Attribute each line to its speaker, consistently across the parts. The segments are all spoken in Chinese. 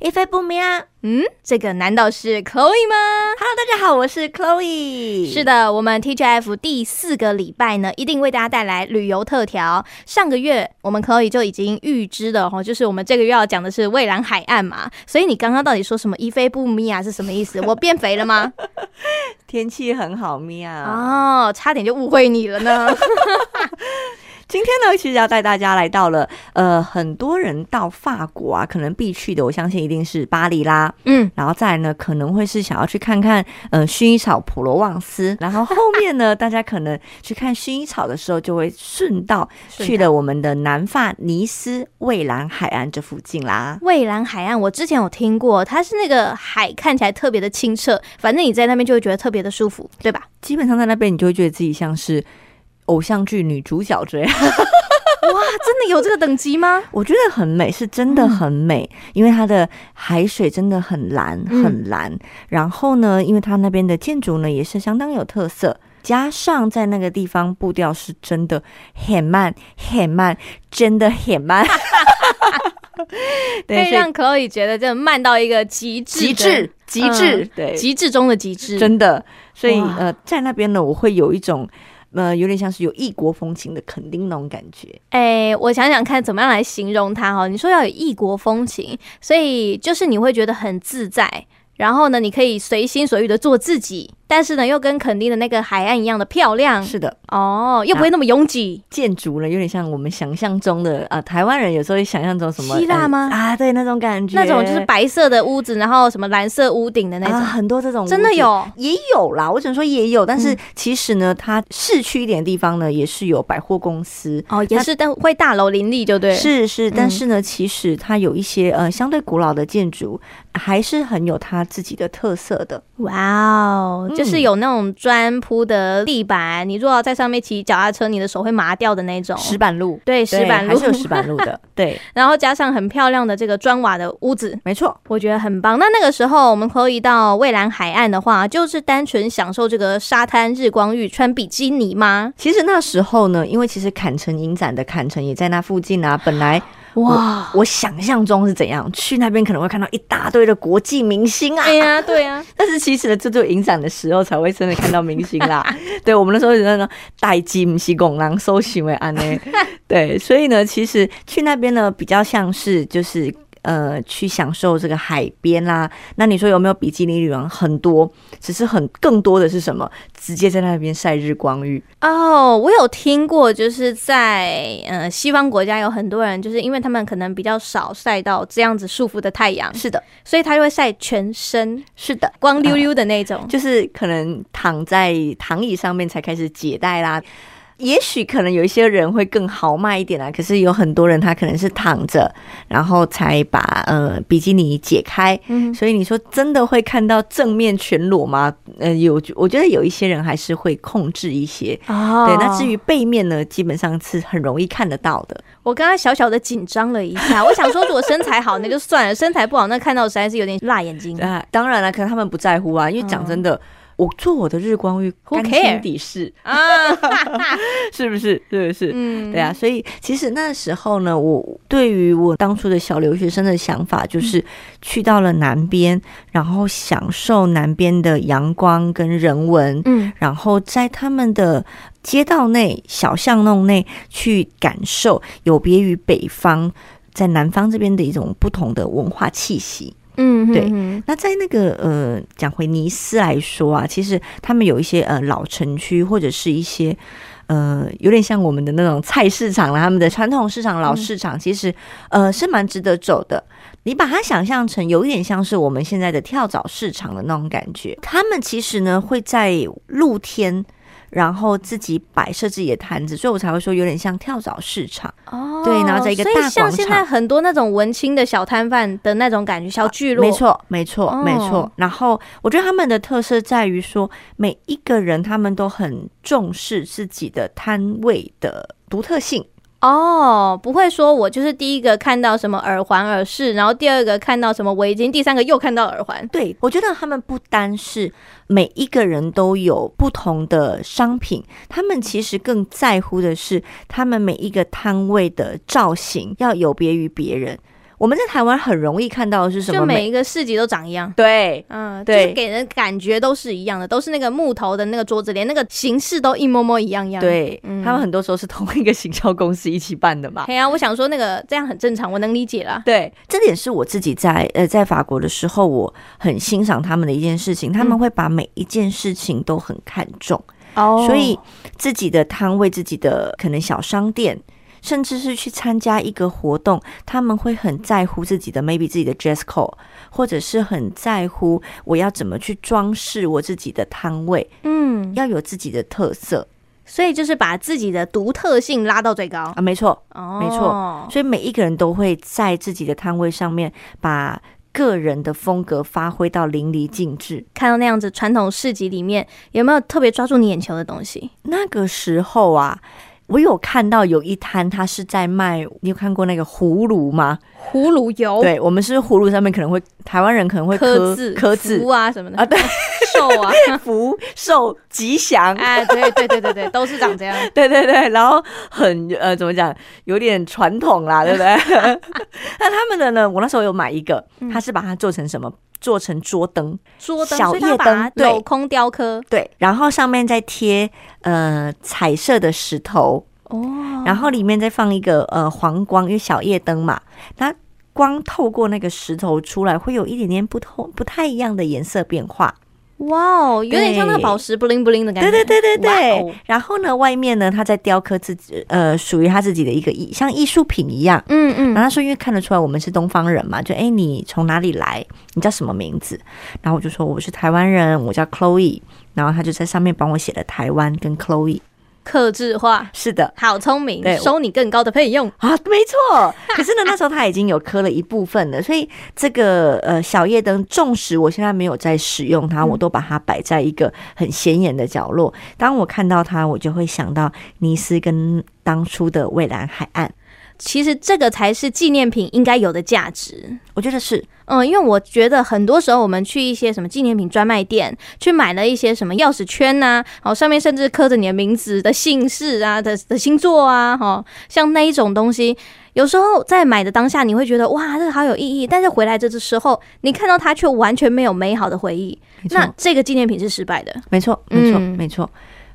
Speaker 1: 一飞不明啊
Speaker 2: 嗯，这个难道是 Chloe 吗？
Speaker 1: ！Hello，大家好，我是 Chloe。
Speaker 2: 是，的，我们 TGF 第四个礼拜呢，一定为大家带来旅游特调。上个月我们 Chloe 就已经预知了哦，就是我们这个月要讲的是蔚蓝海岸嘛。所以你刚刚到底说什么一飞不米啊是什么意思？我变肥了吗？
Speaker 1: 天气很好，米娅。
Speaker 2: 哦，差点就误会你了呢。
Speaker 1: 今天呢，其实要带大家来到了呃，很多人到法国啊，可能必去的，我相信一定是巴黎啦。
Speaker 2: 嗯，
Speaker 1: 然后再来呢，可能会是想要去看看呃薰衣草普罗旺斯，然后后面 呢，大家可能去看薰衣草的时候，就会顺道去了我们的南法尼斯蔚蓝海岸这附近啦。
Speaker 2: 蔚蓝海岸，我之前有听过，它是那个海看起来特别的清澈，反正你在那边就会觉得特别的舒服，对吧？
Speaker 1: 基本上在那边，你就会觉得自己像是偶像剧女主角这样。
Speaker 2: 哇，真的有这个等级吗？
Speaker 1: 我觉得很美，是真
Speaker 2: 嗯
Speaker 1: 的很美，因为它的海水真的很蓝，
Speaker 2: 嗯
Speaker 1: 很蓝。然后呢，因为它那边的建筑呢也是相当有特色，加上在那个地方步调是真的很慢，很慢，真的很 慢。
Speaker 2: 可
Speaker 1: 对，
Speaker 2: 以
Speaker 1: 所以
Speaker 2: 让 Chloe 觉得这慢到一个极致哎
Speaker 1: 极
Speaker 2: 的，
Speaker 1: 致，极致，对，
Speaker 2: 嗯极致中的极致，
Speaker 1: 真的。所以
Speaker 2: 哇
Speaker 1: 呃，在那边呢，我会有一种。呃，有点像是有异国风情的垦丁那种感觉，
Speaker 2: 哎、我想想看怎么样来形容它哈。你说要有异国风情，所以就是你会觉得很自在，然后呢，你可以随心所欲的做自己，但是呢，又跟垦丁的那个海岸一样的漂亮
Speaker 1: 是的。
Speaker 2: 哦，又不会那么拥挤。
Speaker 1: 建筑呢，有点像我们想象中的啊、呃台湾人有时候会想象中什么
Speaker 2: 希腊吗
Speaker 1: 呃啊，对，那种感觉，
Speaker 2: 那种就是白色的屋子，然后什么蓝色屋顶的那种，
Speaker 1: 啊，很多这种
Speaker 2: 真的
Speaker 1: 屋子。
Speaker 2: 有
Speaker 1: 也有啦，我只能说也有，但是
Speaker 2: 嗯
Speaker 1: 其实呢，它市区一点的地方呢，也是有百货公司，
Speaker 2: 哦，也
Speaker 1: 那
Speaker 2: 是但会大楼林立，就对，
Speaker 1: 是是，
Speaker 2: 嗯
Speaker 1: 但是呢，其实它有一些呃相对古老的建筑，还是很有它自己的特色的。
Speaker 2: 哇哦，就是
Speaker 1: 嗯
Speaker 2: 有那种砖铺的地板，你如果在上面骑脚踏车，你的手会麻掉的那种，
Speaker 1: 石板路，
Speaker 2: 对石
Speaker 1: 对
Speaker 2: 板
Speaker 1: 还
Speaker 2: 路
Speaker 1: 是，有石板路的，对，
Speaker 2: 然后加上很漂亮的这个砖瓦的屋子，
Speaker 1: 没错，
Speaker 2: 我觉得很棒。那那个时候我们 Chloe 到蔚蓝海岸的话，就是单纯享受这个沙滩日光浴，穿比基尼吗？
Speaker 1: 其实那时候呢，因为其实坎城影展的坎城也在那附近啊，本来
Speaker 2: 哇！
Speaker 1: 我想象中是怎样，去那边可能会看到一大堆的国际明星啊，
Speaker 2: 对呀、对呀、
Speaker 1: 但是其实呢，这就影展的时候才会真的看到明星 啦。对我们那时候觉得呢，代机不是拱狼搜行为安 呢，对，所以呢，其实去那边呢，比较像是就是。呃，去享受这个海边啦、那你说有没有比基尼女王？很多，只是很更多的是什么？直接在那边晒日光浴。
Speaker 2: 哦，我有听过，就是在呃西方国家有很多人，就是因为他们可能比较少晒到这样子束缚的太阳，
Speaker 1: 是的，
Speaker 2: 所以他就会晒全身
Speaker 1: 是的，
Speaker 2: 光溜溜的那种。
Speaker 1: 就是可能躺在躺椅上面才开始解带啦。也许可能有一些人会更豪迈一点啊啦，可是有很多人他可能是躺着，然后才把呃比基尼解开。
Speaker 2: 嗯，
Speaker 1: 所以你说真的会看到正面全裸吗？呃，有，我觉得有一些人还是会控制一些。
Speaker 2: 哦
Speaker 1: 对，那至于背面呢，基本上是很容易看得到的。
Speaker 2: 我刚刚小小的紧张了一下，我 想说，如果身材好那就算了，身材不好那看到实在是有点辣眼睛。
Speaker 1: 啊，当然了，可能他们不在乎啊，因为讲真的，我做我的日光浴，
Speaker 2: 嗯 Who
Speaker 1: 干心
Speaker 2: care？
Speaker 1: 底事，
Speaker 2: 啊，哈哈
Speaker 1: 是不是？是不是？
Speaker 2: 嗯
Speaker 1: 对啊，，所以其实那时候呢，我对于我当初的小留学生的想法，
Speaker 2: 嗯
Speaker 1: 就是去到了南边，然后享受南边的阳光跟人文，
Speaker 2: 嗯，
Speaker 1: 然后在他们的街道内、小巷弄内去感受有别于北方。在南方这边的一种不同的文化气息。
Speaker 2: 嗯，
Speaker 1: 对
Speaker 2: 嗯
Speaker 1: 那在那个呃，讲回尼斯来说啊，其实他们有一些呃老城区，或者是一些呃有点像我们的那种菜市场啦，他们的传统市场、老
Speaker 2: 嗯
Speaker 1: 市场，其实呃是蛮值得走的。你把它想象成有一点像是我们现在的跳蚤市场的那种感觉。他们其实呢会在露天，然后自己摆设自己的摊子，所以我才会说有点像跳蚤市场。
Speaker 2: 哦
Speaker 1: 对然后在一个
Speaker 2: 所以
Speaker 1: 大广
Speaker 2: 像现在很多那种文青的小摊贩的那种感觉，小聚落，
Speaker 1: 没，错，没错，
Speaker 2: 哦
Speaker 1: 没错。然后我觉得他们的特色在于说，每一个人他们都很重视自己的摊位的独特性。
Speaker 2: 哦，不会说我就是第一个看到什么耳环、耳饰，然后第二个看到什么围巾，第三个又看到耳环，
Speaker 1: 对我觉得他们不单是每一个人都有不同的商品，他们其实更在乎的是他们每一个摊位的造型要有别于别人。我们在台湾很容易看到的是什么
Speaker 2: 就
Speaker 1: 美？
Speaker 2: 每一个市集都长一样。
Speaker 1: 对
Speaker 2: 嗯，
Speaker 1: 对
Speaker 2: 就是给人感觉都是一样的，都是那个木头的那个桌子，连那个形式都一模模一样样。，
Speaker 1: 对、
Speaker 2: 嗯
Speaker 1: 他们很多时候是同一个行销公司一起办的嘛。
Speaker 2: 哎呀、我想说那个这样很正常，我能理解啦。
Speaker 1: 对，这点是我自己在呃在法国的时候，我很欣赏他们的一件事情，他们
Speaker 2: 嗯
Speaker 1: 会把每一件事情都很看重，
Speaker 2: 哦
Speaker 1: 所以自己的摊位、自己的可能小商店。甚至是去参加一个活动，他们会很在乎自己的，maybe 自己的 dress code，或者是很在乎我要怎么去装饰我自己的摊位，
Speaker 2: 嗯，
Speaker 1: 要有自己的特色
Speaker 2: 所以就是把自己的独特性拉到最高。
Speaker 1: 啊，没错，
Speaker 2: 哦，
Speaker 1: 没
Speaker 2: 错。
Speaker 1: 所以每一个人都会在自己的摊位上面把个人的风格发挥到淋漓尽致。
Speaker 2: 看到那样子传统市集里面，有没有特别抓住你眼球的东西？
Speaker 1: 那个时候啊，我有看到有一摊，他是在卖，你有看过那个葫芦吗？
Speaker 2: 葫芦油
Speaker 1: 对，我们是葫芦上面可能会，台湾人可能会
Speaker 2: 哦刻
Speaker 1: 刻
Speaker 2: 字、
Speaker 1: 刻
Speaker 2: 福
Speaker 1: 字、
Speaker 2: 啊什么的
Speaker 1: 啊 对，
Speaker 2: 寿啊，
Speaker 1: 福寿吉祥。
Speaker 2: 哎，对对对对对，都是长 这样。
Speaker 1: 对对对，然后很呃，怎么讲，有点传统啦，对不对？ 那他们的呢？我那时候有买一个，
Speaker 2: 嗯
Speaker 1: 他是把它做成什么？做成桌灯，
Speaker 2: 桌灯，
Speaker 1: 小
Speaker 2: 所以它
Speaker 1: 夜
Speaker 2: 把它
Speaker 1: 灯对
Speaker 2: 镂空雕刻
Speaker 1: 对，然后上面再贴呃彩色的石头，
Speaker 2: 哦
Speaker 1: 然后里面再放一个呃黄光，因为小夜灯嘛，它光透过那个石头出来，会有一点点不同不太一样的颜色变化。
Speaker 2: 哇哦，有点像那个宝石 bling bling 的感
Speaker 1: 对
Speaker 2: 觉。
Speaker 1: 对对对对。
Speaker 2: 哇哦
Speaker 1: 然后呢，外面呢，他在雕刻自己呃属于他自己的一个艺，像艺术品一样。
Speaker 2: 嗯
Speaker 1: 然后
Speaker 2: 嗯，
Speaker 1: 他说，因为看得出来我们是东方人嘛，就哎，你从哪里来？你叫什么名字？然后我就说我是台湾人，我叫 Chloe。然后他就在上面帮我写了台湾跟 Chloe。
Speaker 2: 克制化，
Speaker 1: 是的，
Speaker 2: 好聪明
Speaker 1: 对，
Speaker 2: 收你更高的费用。
Speaker 1: 啊，没错。可是呢，那时候它已经有磕了一部分了，所以这个呃小夜灯，纵使我现在没有在使用它，
Speaker 2: 嗯
Speaker 1: 我都把它摆在一个很显眼的角落。当我看到它，我就会想到尼斯跟当初的蔚蓝海岸。
Speaker 2: 其实这个才是纪念品应该有的价值。
Speaker 1: 我觉得是
Speaker 2: 嗯，因为我觉得很多时候我们去一些什么纪念品专卖店，去买了一些什么钥匙圈呐、哦，上面甚至刻着你的名字的姓氏啊的的星座啊，哦，像那一种东西，有时候在买的当下你会觉得哇，这个好有意义，但是回来这时候，你看到它却完全没有美好的回忆，
Speaker 1: 没错
Speaker 2: 那这个纪念品是失败的。
Speaker 1: 没错，没错，
Speaker 2: 嗯
Speaker 1: 没错。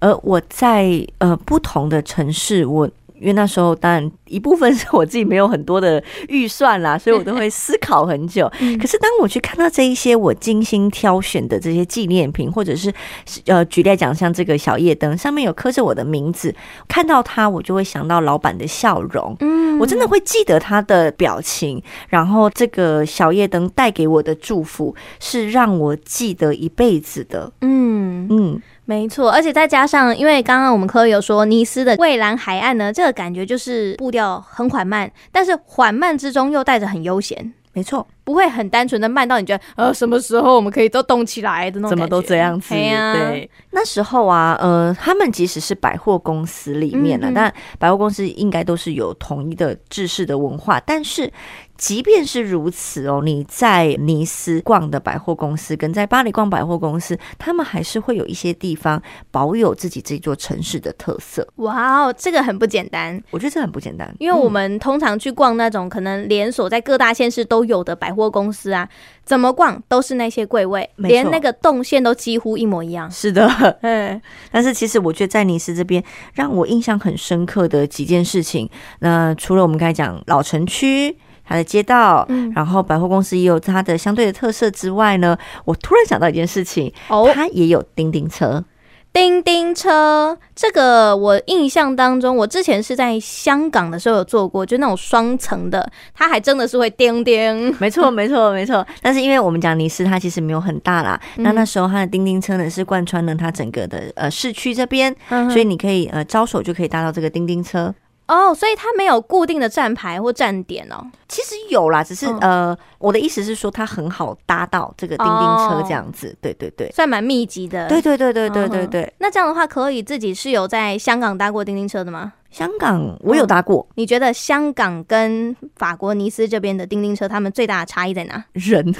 Speaker 1: 而我在呃不同的城市，我因为那时候当然一部分是我自己没有很多的预算 啦，所以我都会思考很久。
Speaker 2: 嗯
Speaker 1: 可是当我去看到这一些我精心挑选的这些纪念品，或者是呃举例来讲，像这个小夜灯上面有刻着我的名字，看到它我就会想到老板的笑容。
Speaker 2: 嗯
Speaker 1: 我真的会记得他的表情，然后这个小夜灯带给我的祝福是让我记得一辈子的。
Speaker 2: 嗯，
Speaker 1: 嗯，
Speaker 2: 没错，而且再加上，因为刚刚我们科有说尼斯的蔚蓝海岸呢，这个感觉就是步调很缓慢，但是缓慢之中又带着很悠闲，
Speaker 1: 没错。
Speaker 2: 不会很单纯的慢到你觉得呃什么时候我们可以都动起来的那种
Speaker 1: 怎么
Speaker 2: 感
Speaker 1: 都
Speaker 2: 觉
Speaker 1: 这样子，
Speaker 2: 嘿呀
Speaker 1: 对。那时候啊，呃，他们即使是百货公司里面呢、
Speaker 2: 嗯嗯
Speaker 1: 但百货公司应该都是有统一的制式的文化，但是。即便是如此哦，你在尼斯逛的百货公司跟在巴黎逛百货公司，他们还是会有一些地方保有自己这座城市的特色。
Speaker 2: 哇哦，这个很不简单，
Speaker 1: 我觉得这很不简单，
Speaker 2: 因为我
Speaker 1: 嗯
Speaker 2: 们通常去逛那种可能连锁在各大县市都有的百货公司啊，怎么逛都是那些柜位，
Speaker 1: 没
Speaker 2: 连
Speaker 1: 错
Speaker 2: 那个动线都几乎一模一样。
Speaker 1: 是的，
Speaker 2: 嗯，
Speaker 1: 但是其实我觉得在尼斯这边让我印象很深刻的几件事情，那除了我们刚才讲老城区。它的街道，
Speaker 2: 嗯
Speaker 1: 然后百货公司也有它的相对的特色之外呢，我突然想到一件事情，
Speaker 2: 哦，
Speaker 1: 它也有叮叮 车，
Speaker 2: 叮叮车这个，我印象当中，我之前是在香港的时候有坐过，就那种双层的，它还真的是会叮叮。
Speaker 1: 没错，没错，没错。但是因为我们讲尼斯，它其实没有很大啦，
Speaker 2: 嗯
Speaker 1: 那那时候它的叮叮车呢是贯穿了它整个的呃市区这边，所
Speaker 2: 所
Speaker 1: 以你可以呃招手就可以搭到这个叮叮车。
Speaker 2: 哦，所以它没有固定的站牌或站点哦。
Speaker 1: 其实有啦，只是、
Speaker 2: 嗯
Speaker 1: 呃，我的意思是说，它很好搭到这个叮叮车这样
Speaker 2: 哦
Speaker 1: 子。对对对，
Speaker 2: 算蛮密集的。
Speaker 1: 对对对对对对对。
Speaker 2: 那这样的话，可以自己是有在香港搭过叮叮车的吗？
Speaker 1: 香港我有搭过，
Speaker 2: 你觉得香港跟法国尼斯这边的叮叮车，他们最大的差异在哪？
Speaker 1: 人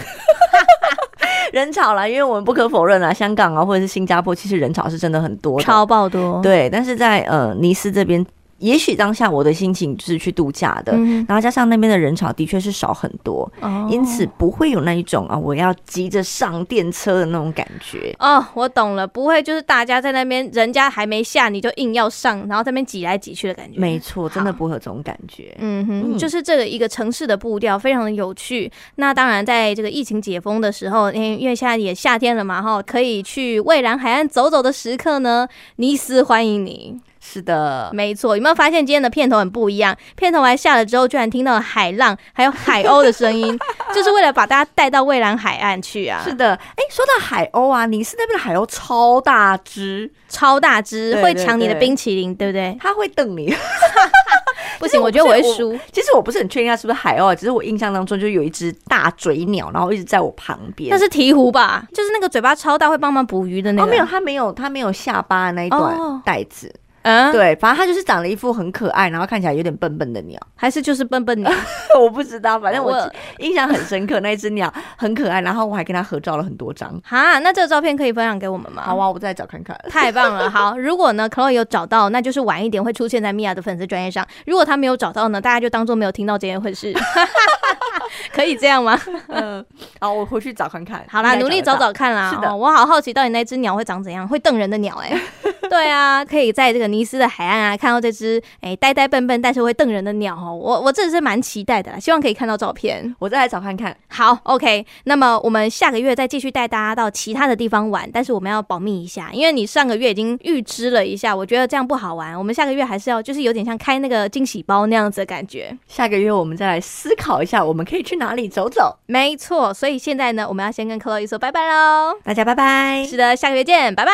Speaker 1: 人潮啦，因为我们不可否认啦，香港啊或者是新加坡，其实人潮是真的很多的。
Speaker 2: 超爆多。
Speaker 1: 对，但是在呃尼斯这边。也许当下我的心情就是去度假的，
Speaker 2: 嗯
Speaker 1: 然后加上那边的人潮的确是少很多，
Speaker 2: 哦
Speaker 1: 因此不会有那一种啊我要急着上电车的那种感觉。
Speaker 2: 哦，我懂了，不会就是大家在那边，人家还没下，你就硬要上，然后在那边挤来挤去的感觉。
Speaker 1: 没错，真的
Speaker 2: 好
Speaker 1: 不会有这种感觉。
Speaker 2: 嗯哼，
Speaker 1: 嗯
Speaker 2: 就是这个一个城市的步调非常的有趣。那当然，在这个疫情解封的时候，因为因为现在也夏天了嘛，哈，可以去蔚蓝海岸走走的时刻呢，尼斯欢迎你。
Speaker 1: 是的，
Speaker 2: 没错，有没有发现今天的片头很不一样？片头来下了之后，居然听到了海浪还有海鸥的 声音，就是为了把大家带到蔚蓝海岸去啊！
Speaker 1: 是的。哎，说到海鸥啊，尼斯那边的海鸥超大只，
Speaker 2: 超大只，
Speaker 1: 对
Speaker 2: 会
Speaker 1: 对
Speaker 2: 抢你的
Speaker 1: 对
Speaker 2: 冰淇淋，对不 对？
Speaker 1: 它会瞪你。
Speaker 2: 不行，
Speaker 1: 我
Speaker 2: 我觉得
Speaker 1: 不
Speaker 2: 我
Speaker 1: 是
Speaker 2: 会
Speaker 1: 我
Speaker 2: 输。
Speaker 1: 其实我不是很确定它是不是海鸥，啊只是我印象当中就有一只大嘴鸟，然后一直在我旁边。
Speaker 2: 那是鹈鹕吧？就是那个嘴巴超大会帮忙捕鱼的那
Speaker 1: 哦，
Speaker 2: 个。
Speaker 1: 没有，它没有，它没有下巴的那一段
Speaker 2: 哦
Speaker 1: 带子。
Speaker 2: 嗯，
Speaker 1: 对，反正它就是长了一副很可爱，然后看起来有点笨笨的鸟。
Speaker 2: 还是就是笨笨鸟。
Speaker 1: 我不知道，反正我
Speaker 2: 我
Speaker 1: 印象很深刻，那一只 鸟很可爱，然后我还跟它合照了很多张。
Speaker 2: 哈，那这个照片可以分享给我们吗？
Speaker 1: 好啊，我再找看看。
Speaker 2: 太棒了！好，如果呢 Chloe 有找到，那就是晚一点会出现在米娅的粉丝专业上；如果她没有找到呢，大家就当做没有听到这件回事， 可以这 样吗？
Speaker 1: 嗯，好，我回去找看 看。
Speaker 2: 好啦，
Speaker 1: 应该
Speaker 2: 努力
Speaker 1: 得
Speaker 2: 找
Speaker 1: 到。
Speaker 2: 找看啦。
Speaker 1: 是的
Speaker 2: 哦我好好奇到底那只鸟会长怎样，会瞪人的鸟哎、 对啊，可以在这个尼斯的海岸啊看到这只哎、呆呆笨笨但是会瞪人的鸟哦，我我真的是蛮期待的啦，希望可以看到照片。
Speaker 1: 我再来找看看。
Speaker 2: 好，OK，那么我们下个月再继续带大家到其他的地方玩，但是我们要保密一下，因为你上个月已经预知了一下，我觉得这样不好玩，我们下个月还是要就是有点像开那个惊喜包那样子的感觉。
Speaker 1: 下个月我们再来思考一下，我们可以去哪里走走。
Speaker 2: 没错，所以现在呢，我们要先跟克洛伊说拜拜喽。
Speaker 1: 大家拜拜。
Speaker 2: 是的，下个月见，拜拜。